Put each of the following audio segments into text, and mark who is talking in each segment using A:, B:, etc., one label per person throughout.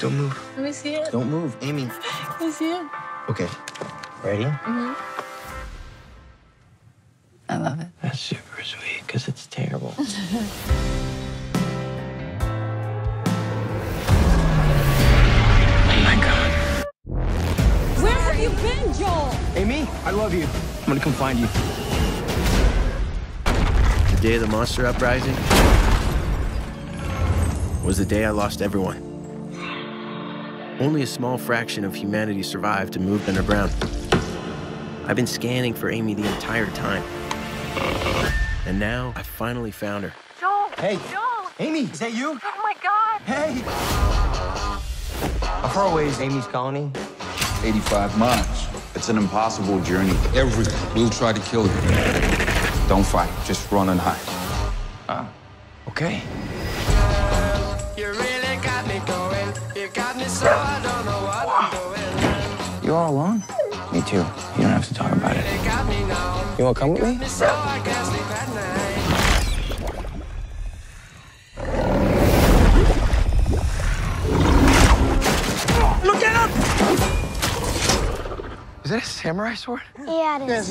A: Don't move.
B: Let me see it.
A: Don't move. Amy.
B: Let me see it.
A: Okay. Ready?
B: Mm-hmm. I love it.
A: That's super sweet because it's terrible.
C: Where have you been, Joel?
A: Amy, I love you. I'm gonna come find you.
D: The day of the monster uprising was the day I lost everyone. Only a small fraction of humanity survived and moved underground. I've been scanning for Amy the entire time. And now I finally found her.
E: Joel!
A: Hey.
E: Joel!
A: Amy, is that you?
E: Oh my god!
A: Hey. How far away is Amy's colony?
F: 85 miles. It's an impossible journey. Everything will try to kill you. Don't fight, just run and hide.
A: Okay. You all alone? Me too. You don't have to talk about it. You wanna come with me? Is that a samurai sword?
G: Yeah, it is.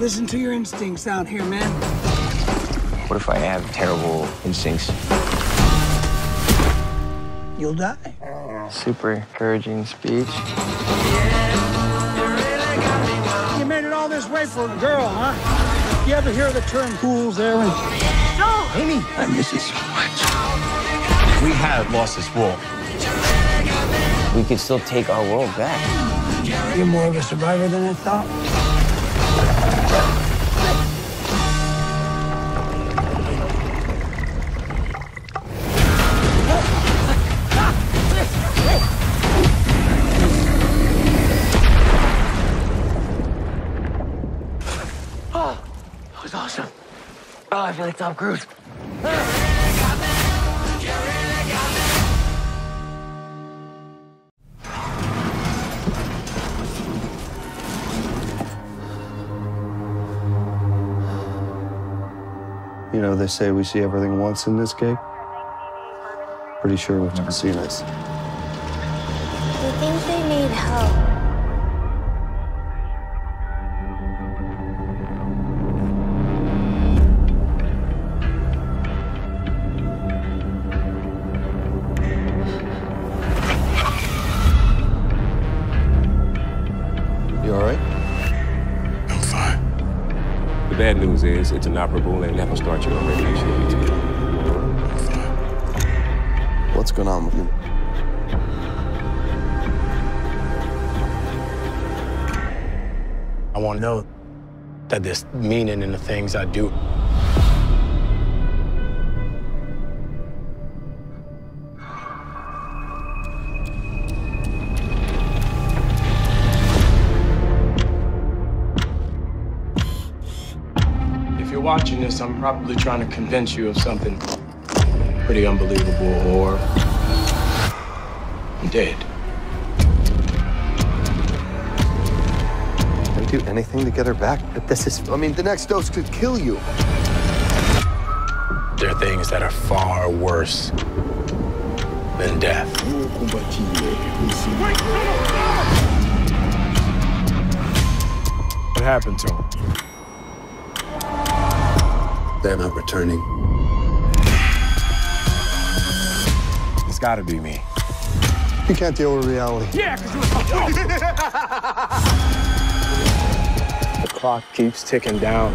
H: Listen to your instincts out here, man.
A: What if I have terrible instincts?
H: You'll die.
A: Super encouraging speech.
H: You made it all this way for a girl, huh? You ever hear the term fool's errand?
A: Amy, I miss it so much.
F: We have lost this war.
A: We could still take our world back.
H: You're more of a survivor than I thought.
A: That was awesome. Oh, I feel like Tom Cruise.
I: You know, they say we see everything once in this cake. Pretty sure we've never seen this.
G: We think they need help.
I: You all right?
D: I'm fine.
J: The bad news is it's inoperable and that will start you on radiation AT.
I: What's going on with you?
J: I want to know that there's meaning in the things I do. If you're watching this, I'm probably trying to convince you of something pretty unbelievable or I'm dead.
I: I'd do anything to get her back, but this is. I mean, the next dose could kill you.
J: There are things that are far worse than death. What happened to him?
I: They're not returning.
J: It's gotta be me.
I: You can't deal with reality.
J: The clock keeps ticking down.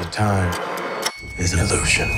J: The time is an illusion.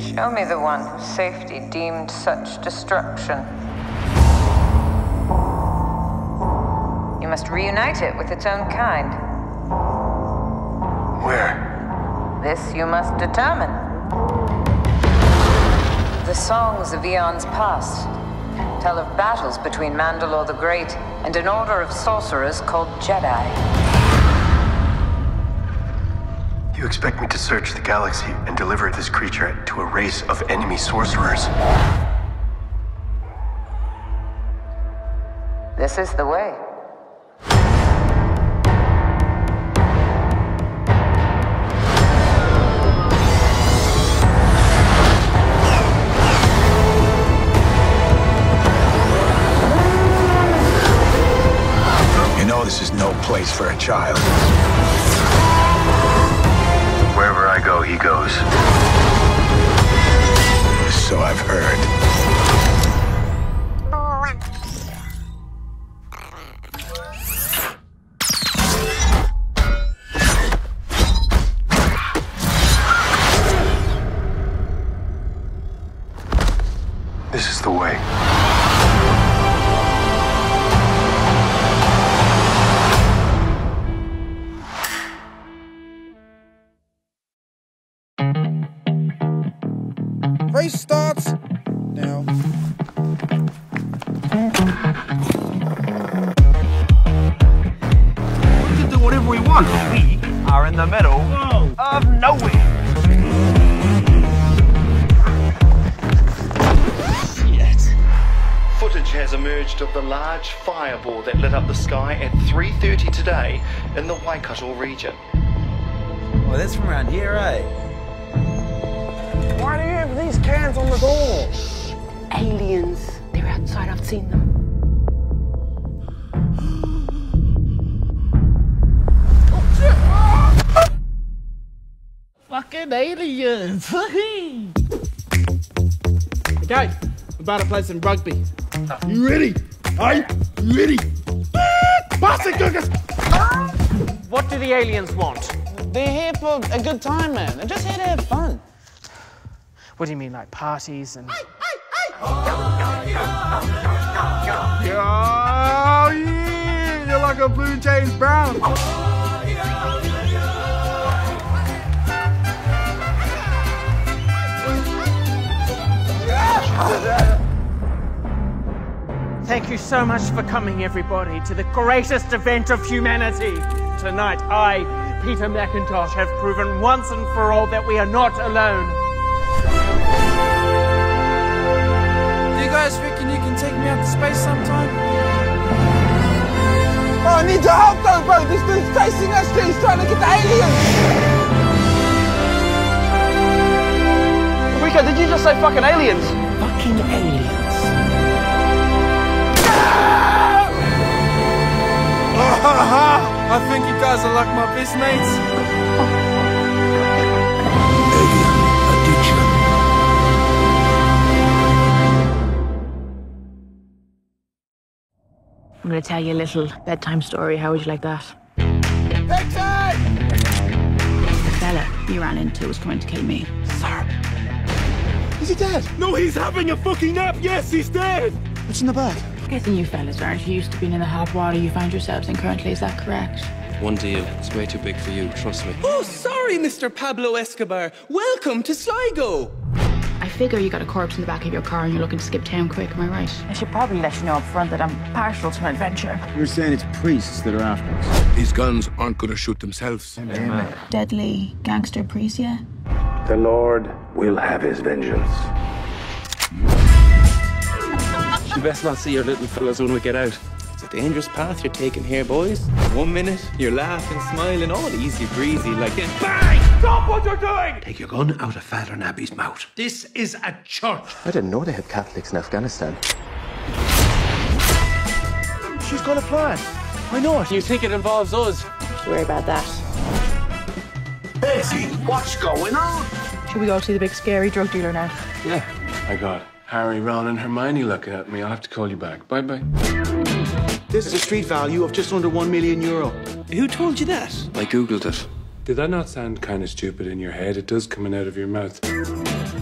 J: Show me the one whose safety deemed such destruction. You must reunite it with its own kind. Where? This you must determine. The songs of eons past tell of battles between Mandalore the Great and an order of sorcerers called Jedi.
I: You expect me to search the galaxy and deliver this creature to a race of enemy sorcerers?
J: This is the way.
I: You know this is no place for a child. Wherever I go, he goes. So I've heard. This is the way.
K: Race starts now.
L: We can do whatever we want. We are in the middle of nowhere.
M: Footage has emerged of the large fireball that lit up the sky at 3:30 today in the Waikato region.
A: Well, that's from around here, eh?
N: Why do you have these cans on the door? Aliens. They're outside. I've seen them.
C: Fucking aliens.
O: Okay, we're about to play some rugby. You ready? Are you ready? Passing cookers!
H: What do the aliens want?
O: They're here for a good time, man. They're just here to have fun.
H: What do you mean, like parties and.
O: Oh, yeah! You're like a blue James Brown.
H: Thank you so much for coming, everybody, to the greatest event of humanity. Tonight, I, Peter McIntosh, have proven once and for all that we are not alone.
K: Do you guys reckon you can take me out to space sometime? Oh, I need your help though, bro. This dude's chasing us. He's trying to get the aliens.
H: Rico, did you just say fucking aliens?
N: Fucking aliens.
K: I think you guys are like my best mates.
C: I'm gonna tell you a little bedtime story. How would you like that? The fella you ran into was trying to kill me. Sir.
O: Is he dead? No, he's having a fucking nap. Yes, he's dead. What's in the bag?
C: I'm guessing you fellas aren't used to being in the hot water you find yourselves in currently. Is that correct?
D: One deal. It's way too big for you. Trust me.
P: Oh, sorry, Mr. Pablo Escobar. Welcome to Sligo.
C: I figure you got a corpse in the back of your car and you're looking to skip town quick. Am I right? I should probably let you know up front that I'm partial to adventure.
Q: You're saying it's priests that are after us.
R: These guns aren't going to shoot themselves.
C: Deadly gangster priest, yeah?
S: The Lord will have his vengeance.
D: You best not see your little fellas when we get out. It's a dangerous path you're taking here, boys. One minute, you're laughing, smiling, all easy breezy, like then bang! Stop what you're doing!
S: Take your gun out of Father Nabi's mouth.
R: This is a church.
D: I didn't know they had Catholics in Afghanistan.
O: She's got a plan. I know it.
H: You think it involves us?
C: Don't worry about that.
S: Bessie, what's going on?
C: Should we go see the big scary drug dealer now?
S: Yeah. I got Harry, Ron, and Hermione looking at me. I'll have to call you back. Bye bye.
R: This is a street value of just under 1 million euro.
S: Who told you that?
D: I googled it.
S: Did that not sound kind of stupid in your head? It does coming out of your mouth.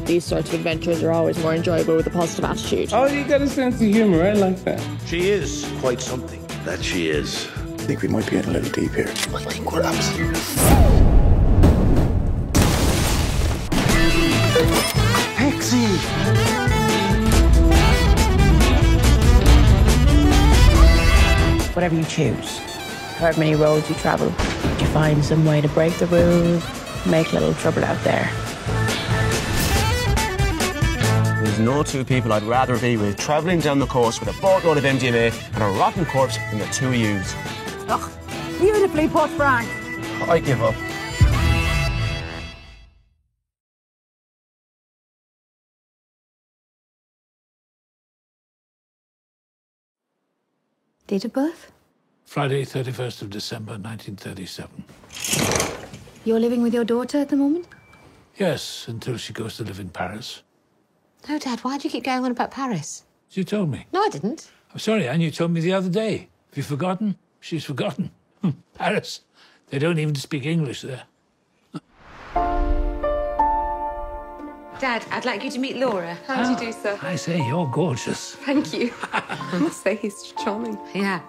C: these sorts of adventures are always more enjoyable with a positive attitude.
T: Oh, you got a sense of humor. I like that.
U: She is quite something. That she is.
H: I think we might be getting a little deep here. I think we're absolutely.
F: Pixie!
C: Whatever you choose, however many roads you travel, you find some way to break the rules, make little trouble out there.
D: There's no two people I'd rather be with travelling down the coast with a boatload of MDMA and a rotten corpse than the two of yous.
V: Ugh, beautifully put, Frank.
D: I give up.
W: Date of birth?
K: Friday, 31st of December, 1937.
W: You're living with your daughter at the moment?
K: Yes, until she goes to live in Paris.
W: No, Dad, why do you keep going on about Paris?
K: You told me.
W: No, I didn't.
K: I'm sorry, Anne, you told me the other day. Have you forgotten? She's forgotten. Hmm, Paris. They don't even speak English there.
W: Dad, I'd like you to meet Laura. How do you do, sir?
K: I say, you're gorgeous.
W: Thank you. I must say, he's charming. Yeah,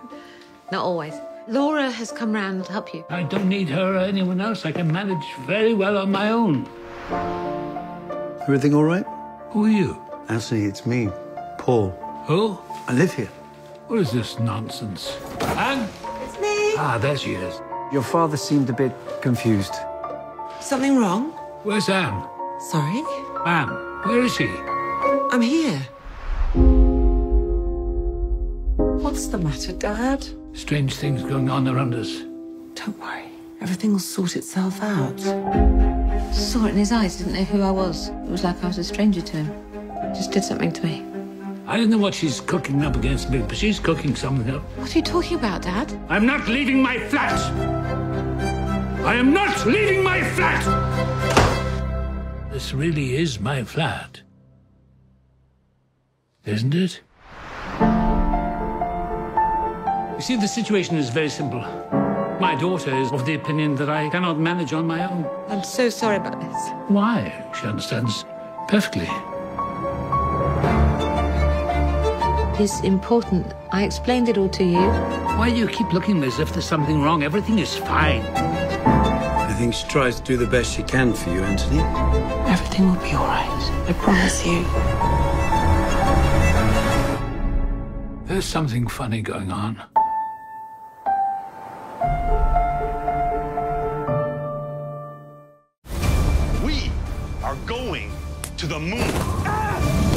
W: not always. Laura has come round to help you.
K: I don't need her or anyone else. I can manage very well on my own.
F: Everything all right?
K: Who are you?
F: Anthony, it's me, Paul.
K: Who?
F: I live here.
K: What is this nonsense? Anne?
V: It's me.
K: Ah, there she is.
F: Your father seemed a bit confused.
V: Something wrong?
K: Where's Anne?
V: Sorry?
K: Anne, where is she?
V: I'm here. What's the matter, Dad?
K: Strange things going on around us.
V: Don't worry. Everything will sort itself out.
W: Saw it in his eyes, didn't know who I was. It was like I was a stranger to him. Just did something to me.
K: I don't know what she's cooking up against me, but she's cooking something up.
W: What are you talking about, Dad?
K: I'm not leaving my flat! I am not leaving my flat! This really is my flat. Isn't it? You see, the situation is very simple. My daughter is of the opinion that I cannot manage on my own.
W: I'm so sorry about this.
K: Why? She understands perfectly.
W: It's important. I explained it all to you.
K: Why do you keep looking as if there's something wrong? Everything is fine.
F: I think she tries to do the best she can for you, Anthony.
V: Everything will be all right. I promise you.
K: There's something funny going on.
I: We are going to the moon.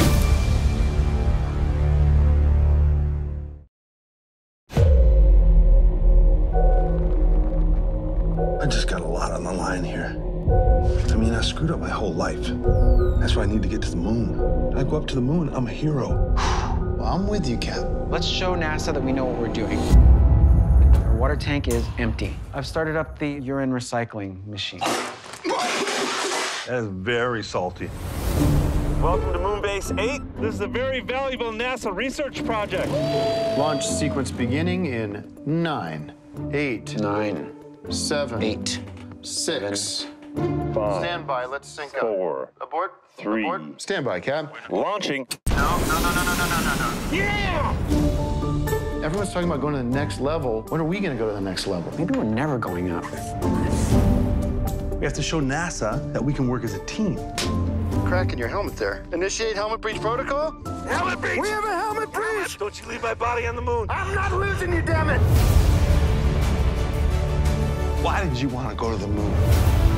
H: I just got a lot on the line here. I mean, I screwed up my whole life. That's why I need to get to the moon. I go up to the moon, I'm a hero.
X: Well, I'm with you, Cap. Let's show NASA that we know what we're doing. Our water tank is empty. I've started up the urine recycling machine.
H: That is very salty.
Y: Welcome to Moonbase 8. This is a very valuable NASA research project.
F: Launch sequence beginning in nine, eight,
X: Nine,
F: seven,
X: eight,
F: six.
X: five,
F: Stand by, let's sync
X: four,
F: up. Abort.
X: three.
F: Abort. Stand by, Cap.
Y: Launching.
F: No, no, no, no, no, no, no, no. Yeah! Everyone's talking about going to the next level. When are we going to go to the next level?
X: Maybe we're never going up.
H: We have to show NASA that we can work as a team.
F: Crack in your helmet there. Initiate helmet breach protocol?
Y: Helmet breach!
F: We have a helmet breach!
Y: Don't you leave my body on the moon.
F: I'm not losing you, damn it!
H: Why did you want to go to the moon?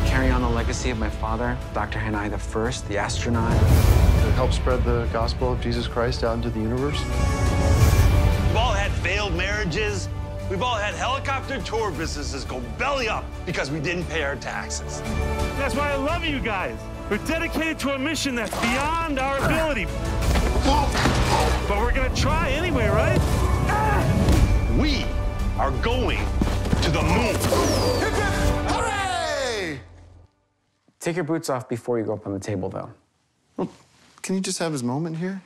X: Carry on the legacy of my father, Dr. Hanai the First, the astronaut.
F: To help spread the gospel of Jesus Christ out into the universe?
Y: We've all had failed marriages. We've all had helicopter tour businesses go belly up because we didn't pay our taxes. That's why I love you guys. We're dedicated to a mission that's beyond our ability. But we're gonna try anyway, right?
I: We are going to the moon.
F: Hooray!
X: Take your boots off before you go up on the table, though.
F: Can you just have his moment here?